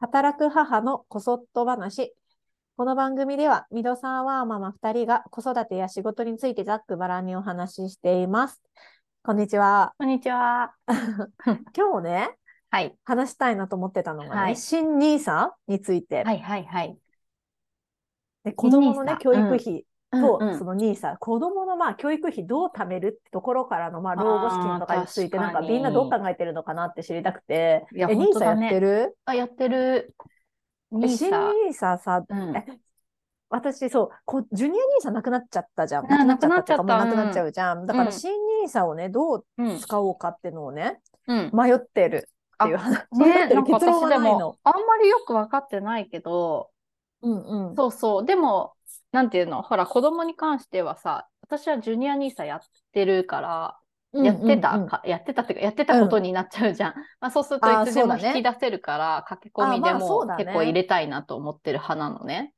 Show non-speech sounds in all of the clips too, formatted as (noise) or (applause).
働く母のこそっと話。この番組では、ミドさんワーママ2人が子育てや仕事についてざっくばらんにお話ししています。こんにちは。こんにちは。今日ね、はい。話したいなと思ってたのがね、はい新ニーサについて、はいはいはい。で子供のね、新教育 NISA 費と、うんうんそのニーサ、子供のまあ教育費どう貯めるってところからのまあ老後資金とかについて、あーなんか確かにみんなどう考えてるのかなって知りたくて、いやえ、ニ本ー当サやだっねてるあ、やってる。え NISA 新ニーサさ、うん。私、そう、こうジュニア NISA なくなっちゃったじゃん。あなくなっちゃったっていうか、もうななくくななっっちちゃゃうじゃん。だから、うん新 NISA をね、どううん。使おうかっていうのをね、うん。迷ってるっていう話。迷ね、ってなるんか結論私はでないもの。、あんまりよく分かってないけど、うんうん。そうそう。でも、なんていうの、ほら、子供に関してはさ、私はジュニア NISA やってるから、やってたうんうんうんか、やってたっていうか、やってたことになっちゃうじゃん。まあそうするとあーいつでもそうだ引ねき出せるから、駆け込みあーでまあそうもだね結構入れたいなと思ってる派なのね。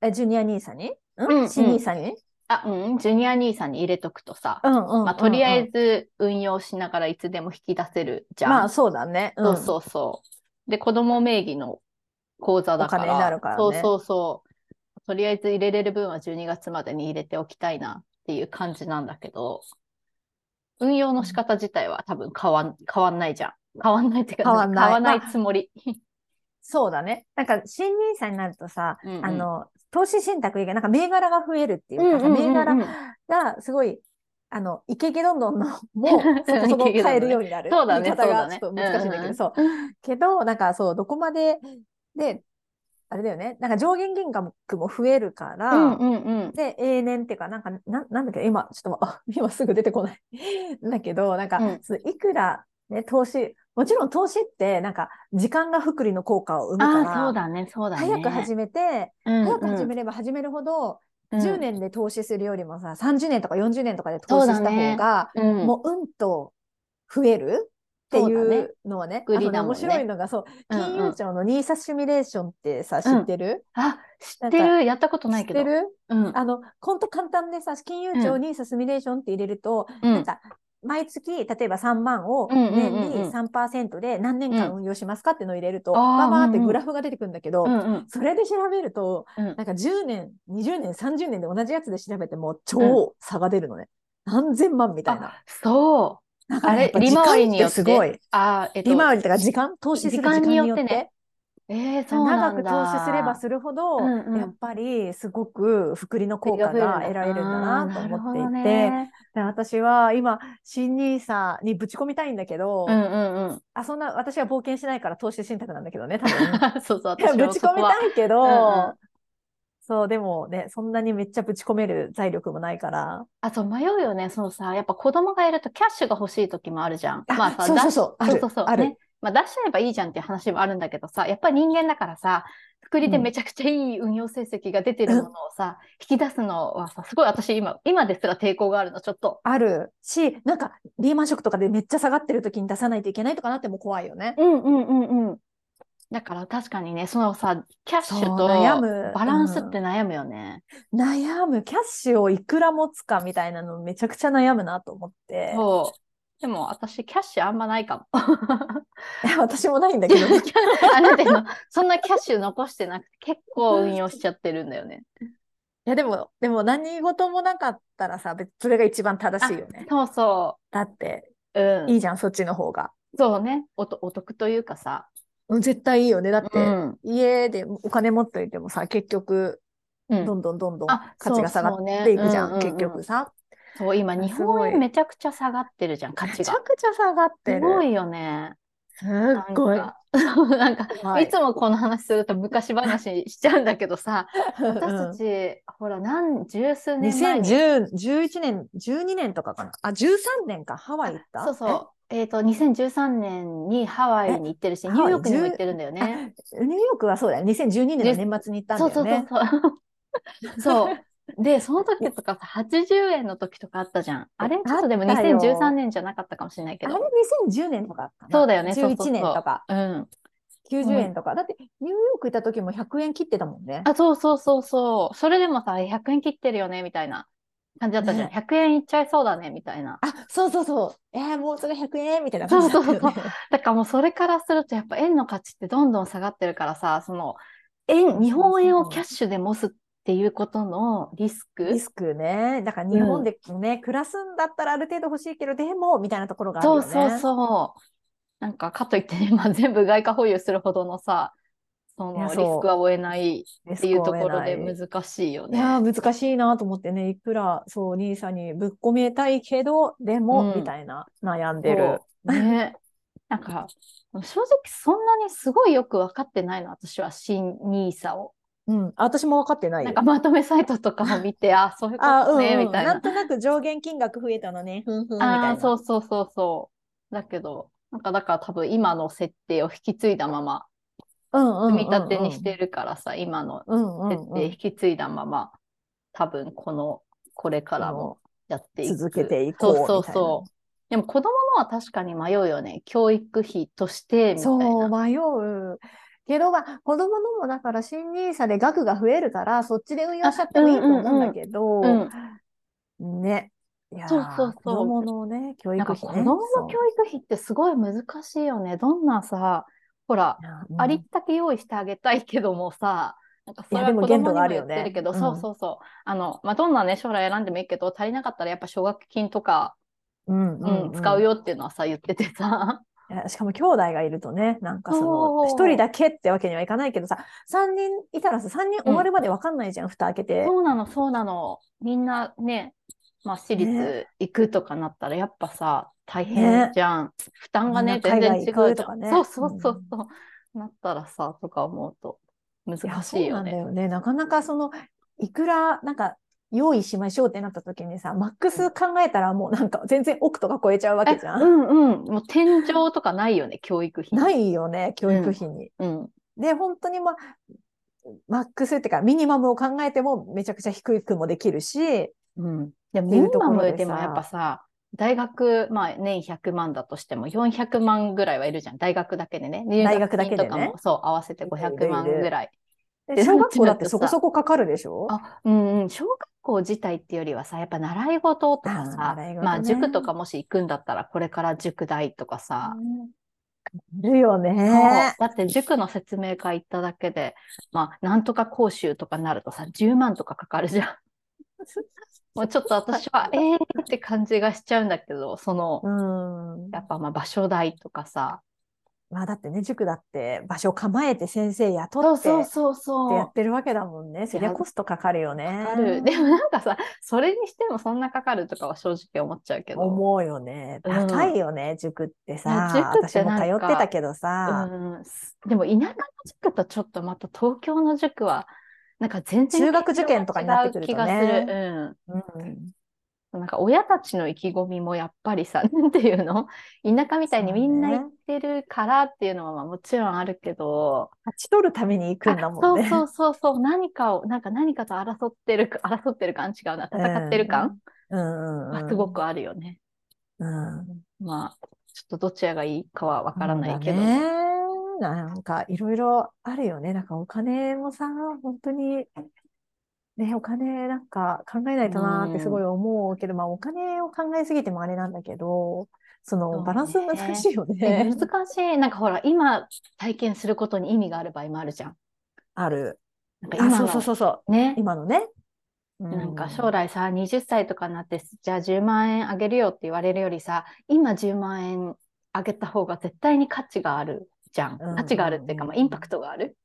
え、ジュニア NISA にうんううんん新 NISA にあ、うん、ジュニア NISA に入れとくとさ、うんうんうん。まあ、とりあうえん、ず運用しながらいつでも引き出せるじゃん。まあ、そうだね。そんうそうそう。で、子供名義の口座だから、お金になるからねそうそうそう。とりあえず入れれる分は12月までに入れておきたいなっていう感じなんだけど、運用の仕方自体は多分変わん変わんないじゃん。変わんないっていうか、変わんないつもり。そうだね。なんか、新 NISA になるとさ、うんうんあの、投資信託以外、なんか銘柄が増えるっていうかさ、銘柄がすごい、あの、イケイケどんど (laughs) んの、もう、そこそこイケイケどんどんね変えるようになる。そうだね言い方がそうだねちょっと難しいんだけうんうど、んそう。けど、なんかそう、どこまで、で、あれだよね、なんか上限金額も増えるかうら、んうんうん。で、永年っていうか、なんか、ななんだっけ、今、ちょっと、あ今すぐ出てこない。 (laughs) だけど、なんか、うんそのいくら、ね、投資、もちろん投資って、なんか、時間が福利の効果を生むあかあー、そうら、だね、そうだね。早く始めて、うん早く始める。れば始めるほど、うん10年で投資するよりもさ、30年とか40年とかで投資した方が、うんもううんと増えるっていそうだねうのはね、グリあとねだもん面ね白いのが、そう、うんうん金融庁のニーサシミュレーションってさ、知ってるあ、知ってる。やったこと知なっいけど。てるうん。あの、ほんと簡単でさ、金融庁うんにサスミレーションって入れると、うんなんか、毎月、例えば3万をうんうん年うんうんに3%で何年間うん運用しますかってのを入れると、あーババーってうんうんグラフが出てくるんだけど、うんうんそれで調べると、うんなんか10年、20年、30年で同じやつで調べても超差が出るのね。何千万みたいな。あそう。なんかあねやれっ、ぱ利時間回りによっってて。すごい。あーえっと、利回りとか時間、投資する時間によって。時間によってねえー、そうな長んくだ。投資すればするほど、うんうんやっぱりすごく福利の効果が得られるんだなと思っていて、で私は今、新ニーサにぶち込みたいんだけど、うんうんうん。あ、そんな、私は冒険しないから投資信託なんだけどね、多分。そうそう、いや私もぶち込みたいけど、うんうんそう、でもね、そんなにめっちゃぶち込める財力もないから。あ、そう、迷うよね。そのさ、やっぱ子供がいるとキャッシュが欲しい時もあるじゃん。まあさ、そうそう出しそう、ある、そうそうそあう。る。ね。まあ出しちゃえばいいじゃんっていう話もあるんだけどさ、やっぱり人間だからさ、福利でめちゃくちゃいい運用成績が出てるものをさ、引き出すのはさ、すごい私今、今ですら抵抗があるの、ちょっと。あるし、なんか、リーマンショックとかでめっちゃ下がってる時に出さないといけないとかなっても怖いよね。うんうんうんうん。だから確かにね、そのさ、キャッシュそうと悩むバランスって悩むよね。悩む、キャッシュをいくら持つかみたいなのめちゃくちゃ悩むなと思って。そう。でも私、キャッシュあんまないかも。 (laughs) 私もないんだけど (laughs) ね。あなたの、そんなキャッシュ残してなくて、結構運用しちゃってるんだよね。いやでも、でも何事もなかったらさ、別それが一番正しいよね。そうそだって、う。うん。いいじゃん、そっちの方が。そうねおと。お得というかさ。うん絶対いいよね。だって、うん。家でお金持っといてもさ、結局、うどん、んどんどんどんあ価値が下がっていくじゃん、そうそうねうんうんうん結局さ。そう、今、日すご本い円めちゃくちゃ下がってるじゃん、価めち値ゃが。くちゃ下がってする。ごいよね。すっごい。 (laughs) なんか、そうなんかはいいつもこの話すると昔話しちゃうんだけどさ、私た私ち、ほら、何、十数年前に。 2011年、12年とかかな。あ、13年か、ハワイ行った。そうそう。えっ、と、2013年にハワイに行ってるし、えニューヨークにハもワイ行ってるんだよね。え。ニューヨークはそうだよ。2012年の年末に行ったんだそようね。そうそ (laughs) うそう。そう。で、その時とかさ、80円の時とかあったじゃん。あれちょっとでもあったよ2013年じゃなかったかもしれないけあれど。 2010年とかかな。そうだよね。そうそうそ11う年とか、うん。 90円とか。だって、ニューヨーク行った時も100円切ってたもんね。あ、そうそうそうそう。それでもさ、100円切ってるよね、みたいな。感じだったじゃん。ね100円いっちゃいそうだね、みたいな。あ、そうそうそう。えー、もうそれ100円みたいなそ感うじだそったうそようね。だからもうそれからすると、やっぱ円の価値ってどんどん下がってるからさ、その、円、日本円をキャッシュで持つっていうことのリスクリスクね。だから日本でね、暮らすんだったらある程度欲しいけど、でも、みたいなところがあるよそうね。そうそう。なんか、かといってね、まあ、全部外貨保有するほどのさ、そいやのリスそうクは負えないリっスてクいうをと負えころなでい難しいよいね。やー、難しいなと思ってね、いくら、そう、兄さんにぶっ込めたいけど、でも、うんみたいな、悩んでる。そう。ね。 (laughs) なんか、正直そんなにすごいよく分かってないの、私は、新ニーサを。うん、あ私も分かってないなんよ。かまとめサイトとかを見て、あ、そういうこあー、とうん、ね、うんみたいなんな。となく上限金額増えたのね、ふんふん、みたいああな。ー、そうそうそうそう。だけど、なんかだから多分今の設定を引き継いだまま、うん、うん、うん。組み立てにしてるからさ、今のうん、うん、設う定ん引。き継いだまま、多分この、これからもやっていく。続けていこうそうみそたういなそう。でも子供のは確かに迷うよね。教育費として、みたいそう、な。迷う。けど、まあ、子供のもだから、新ニーサで額が増えるから、そっちで運用しちゃってもいいと思うんだけど、うん。ね。いやーそうそうそう子供のね、教なん育か費子ね。供の教育費ってすごい難しいよね。どんなさ、ほら、そうありったけ用意してあげたいけどもさ、なんかそれいやではも子供限に度もがある言よっねてるけど、うんそうそうそう。あの、まあ、どんなね、将来選んでもいいけど、足りなかったらやっぱ奨学金とか、うん、う、うんん、使うよっていうのはさ、言っててさ。いやしかも兄弟がいるとね、なんかその、そう一人だけってわけにはいかないけどさ、三人いたらさ、三人終わるまでわかんないじゃん、蓋開けて。そうなの、そうなの。みんなね、まあ、私立ね行くとかなったら、やっぱさ、大変じゃん。負担がね、みんな全然海違うじ外行くとゃかん。ねそうそうそうそう。なったらさ、とか思うといや難しそういなよんだね。よね。なかなかその、いくら、なんか、用意しましょうってなった時にさ、マックス考えたらもうなんか全然奥とか超えちゃうわけじゃ。うんんうん。もう天井とかないよね、教育費。。ないいよね、教育費に。うん。で、本当にまあ、マックスってか、ミニマムを考えてもめちゃくちゃ低くもできるし、うん。でも、ってミいニうところマでさムでもやっぱさ、大学、まあ、年100万だとしても、400万ぐらいはいるじゃん。大学だけでね。入大学だけ金でとねかも、そう、合わせて500万いるいるぐらい。でで小学校だってそこそこかかるでしょあ、うんうん、小学校自体っていうよりはさ、やっぱ習い事とかあーさ、習い事ねまあ塾とかもし行くんだったら、これから塾代とかさ、いるよね。そうだって塾の説明会行っただけで、まあ、なんとか講習とかになるとさ、10万とかかかるじゃん。もうちょっと私 (laughs) は、えーって感じがしちゃうんだけど、その、うん。やっぱまあ場所代とかさ、まあだってね、塾だって場所を構えて先生そ雇うってそうっそうそてう。やってるわけだもんね。そりゃコストかかるよね。かかる。でもなんかさ、それにしてもそんなかかるとかは正直思っちゃうけど。思うよね。うん高いよね、塾ってさ。いや塾って私も通なんかってたけどさ、うん、すでも田舎の塾とちょっとまた東京の塾はなんか全然中学受験とかになってくるとね気がする、うんうん、なんか親たちの意気込みもやっぱりさ (laughs) なんていうの田舎みたいにみんな行ってるからっていうのはまあもちろんあるけど、勝ち取るために行くんだあもんね。そうそうそうそう何かをなんか何かと争ってる争ってる感違うな戦ってる感うんうんうはんすごくあるよね、うんまあちょっとどちらがいいかはわからないけど、そうだ (laughs) ね。なんかいろいろあるよね。なんかお金もさ、本当に、ね、お金なんか考えないとなーってすごい思うけど、まあお金を考えすぎてもあれなんだけど、そそうのねバランス難しいよえね。難しい。なんかほら、今体験することに意味がある場合もあるじゃん。ある。なんかあ、今そうのそうそうそう。ね。今のね。なんうか将来さ、20歳とかになって、じゃあ10万円あげるよって言われるよりさ、今10万円あげた方が絶対に価値があるじゃん。うん価値があるっていうか、まあ、インパクトがある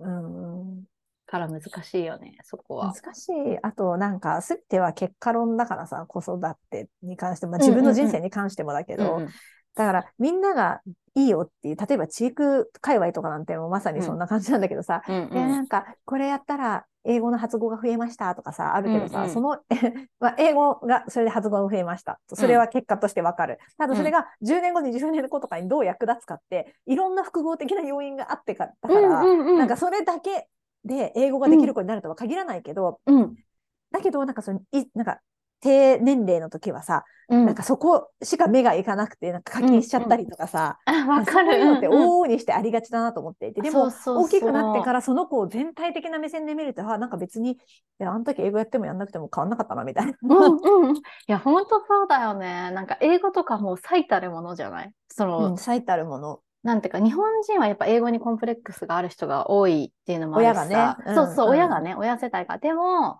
うんうんから難しいよね、そこは難。しい。あと、なんか、すべては結果論だからさ、子育てに関しても、まあ、うんうん自う分んの人生に関してもだけど、うんうんだから、みんながいいよっていう、例えば、地域界隈とかなんてもうまさにそんな感じなんだけどさ、うんいや、うんなんか、これやったら、英語の発語が増えましたとかさ、あるけどさ、うんうんその、 (laughs) まあ、英語が、それで発語が増えました。それは結果としてわかる。あと、それが10年後、20年後とかにどう役立つかって、いろんな複合的な要因があってか、だから、うんうんうんなんかそれだけで英語ができる子になるとは限らないけど、うんだけど、なんかその、い、なんか、低年齢の時はさ、うんなんかそこしか目がいかなくて、なんか課金しちゃったりとかさ、あ、わかそうる。いうのってうんうん往々にしてありがちだなと思っていて、でも、そうそう。大きくなってかららその子を全体的な目線で見ると、あ、なんか別に、いや、あの時英語やってもやんなくても変わんなかったな、みたいな。うんうん。いや、ほんとそうだよね。なんか英語とかもう最たるものじゃないその、うん、最たるもの。なんていうか、日本人はやっぱ英語にコンプレックスがある人が多いっていうのもあるし親がさね。うんそうそう、うん親がね、親世代が。でも、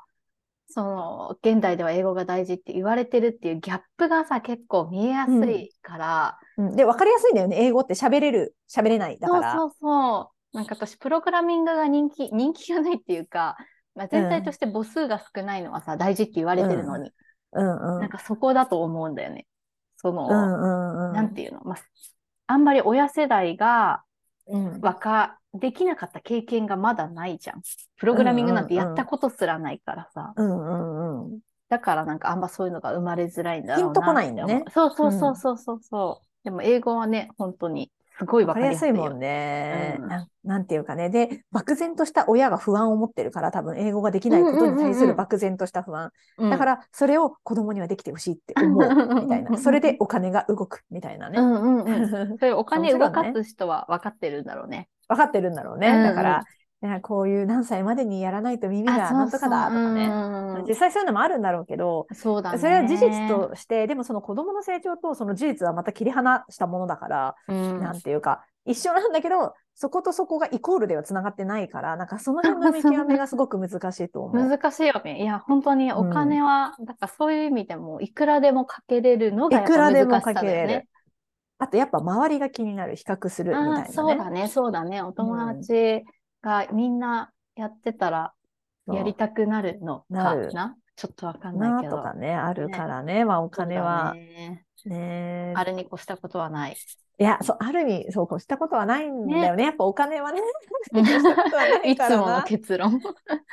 その、現代では英語が大事って言われてるっていうギャップがさ、結構見えやすいから、うん、で、わかりやすいんだよね。英語って喋れる、喋れないだから。そうそうそう。なんか私、プログラミングが人気、人気がないっていうか、まあ、全体として母数が少ないのはさ、大事って言われてるのに、うんうん。なんかそこだと思うんだよね。その、うんうんうん。なんていうの、まあ、あんまり親世代がうん。若、できなかった経験がまだないじゃん。プログラミングなんてやったことすらないからさ。うんうんうん。だからなんかあんまそういうのが生まれづらいんだろうなピンとこないんだって思うねそうそうそうそうそうそう。でも英語はね、本当にすごいわわかかりりややすすいいよ。もんね、うんなん。なんていうかね。で、漠然とした親が不安を持ってるから、多分英語ができないことに対する漠然とした不安。うんだから、それを子供にはできてほしいって思う。みたい (laughs) な。それでお金が動く。みたいなうね。んうんうん。 (laughs) そういうお金動かもちろんす人は分かってるんだろうね。わかってるんだろうね。うんうんだから、いやこういう何歳までにやらないと耳がなんとかだとかね。ね実。際そういうのもあるんだろうけど、そうだね。それは事実として、でもその子供の成長とその事実はまた切り離したものだから、うん、なんていうか、一緒なんだけど、そことそこがイコールではつながってないから、なんかその辺の見極めがすごく難しいと思う。難しいよね。いや、本当にお金は、だからそういう意味でも、いくらでもかけれるのがやいっくらぱでも難しかさけだよれねる。。あとやっぱ周りが気になる、比較するみたいなあねあ、。そうだね、そうだね。お友達がみんなやってたら、そうやりたくなるのかなるなちょっとわかんなないけとど。かね、あるからね。まあお金はそうだねね。あれに越したことはない。いや、そう、ある意味、そう、こうしたことはないんだよね。やっぱお金はね、 (laughs) うこんうしたことはない (laughs) いかつらものな。結論。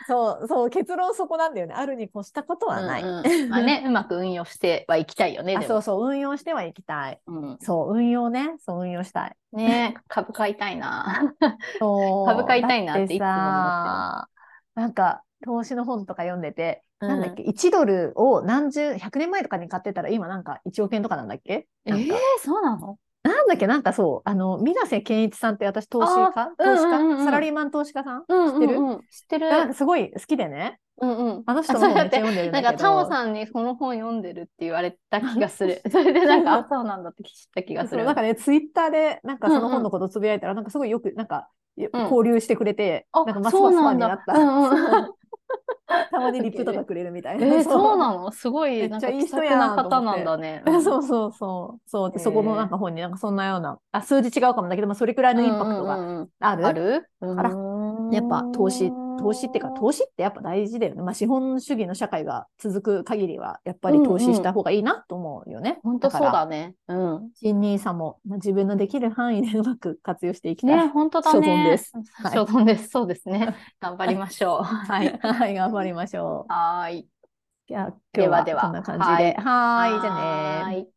そう、そう、結論そこなんだよね。あるに越したことはない。うんうんまあね、うまく運用してはいきたいよね、あ、でそうも。そう、運用してはいきたい。うん、そう、運用ね。そう、運用したい。ね株買いたいな。そう (laughs) 株買いたいなってだっていつも思ってさ、なんか、投資の本とか読んでて、 (laughs) なんだっうんけ、1ドルを何十、100年前とかに買ってたら、今なんか1億円とかなんだっけえなんーか、、そうなのなんだっけ、なんかそう、あの、水瀬健一さんって私、投資家あー投資家、うんうんうんサラリーマン投資家さん、知知ってる、知ってる。なんかすごい好きでね。うんうん。あの人あのそ本うめやっっちゃて読んでるんなだんけど。か、タモさんにこの本読んでるって言われた気がす (laughs) る。それでなんか、あ、そうなんだって知った気がすそうる。なんかね、ツイッターで、なんかそのうんう本んのことつぶやいたら、なんかすごいよく、なんか、ようん交流してくれて、あなんかますそまうすファなンんにだなった。うんうんそうたまにリプとかくれるみたいな。えー、そのうなのすごい、なんかめっちゃいい気さ人くやなんと思って方なんだね。そうそうそう。そうで、へーそこのなんか本になんかそんなような、あ、数字違うかもだけど、まあ、それくらいのインパクトががある。あるからやっぱ投資うー、ん投資っていうか、投資ってやっぱ大事だよね。まあ、資本主義の社会が続く限りは、やっぱり投資した方がいいなと思うよね。本当そうから。だね。うん。新ニーサも、まあ、自分のできる範囲でうまく活用していきたい。ね、本当だね。所存です。はい所存です。そうですね。頑張りましょう。 (laughs) (laughs) はい、はい、頑張りましょう。はーい。いや、今日でははではこんな感じで。はーい、じゃあねはーい。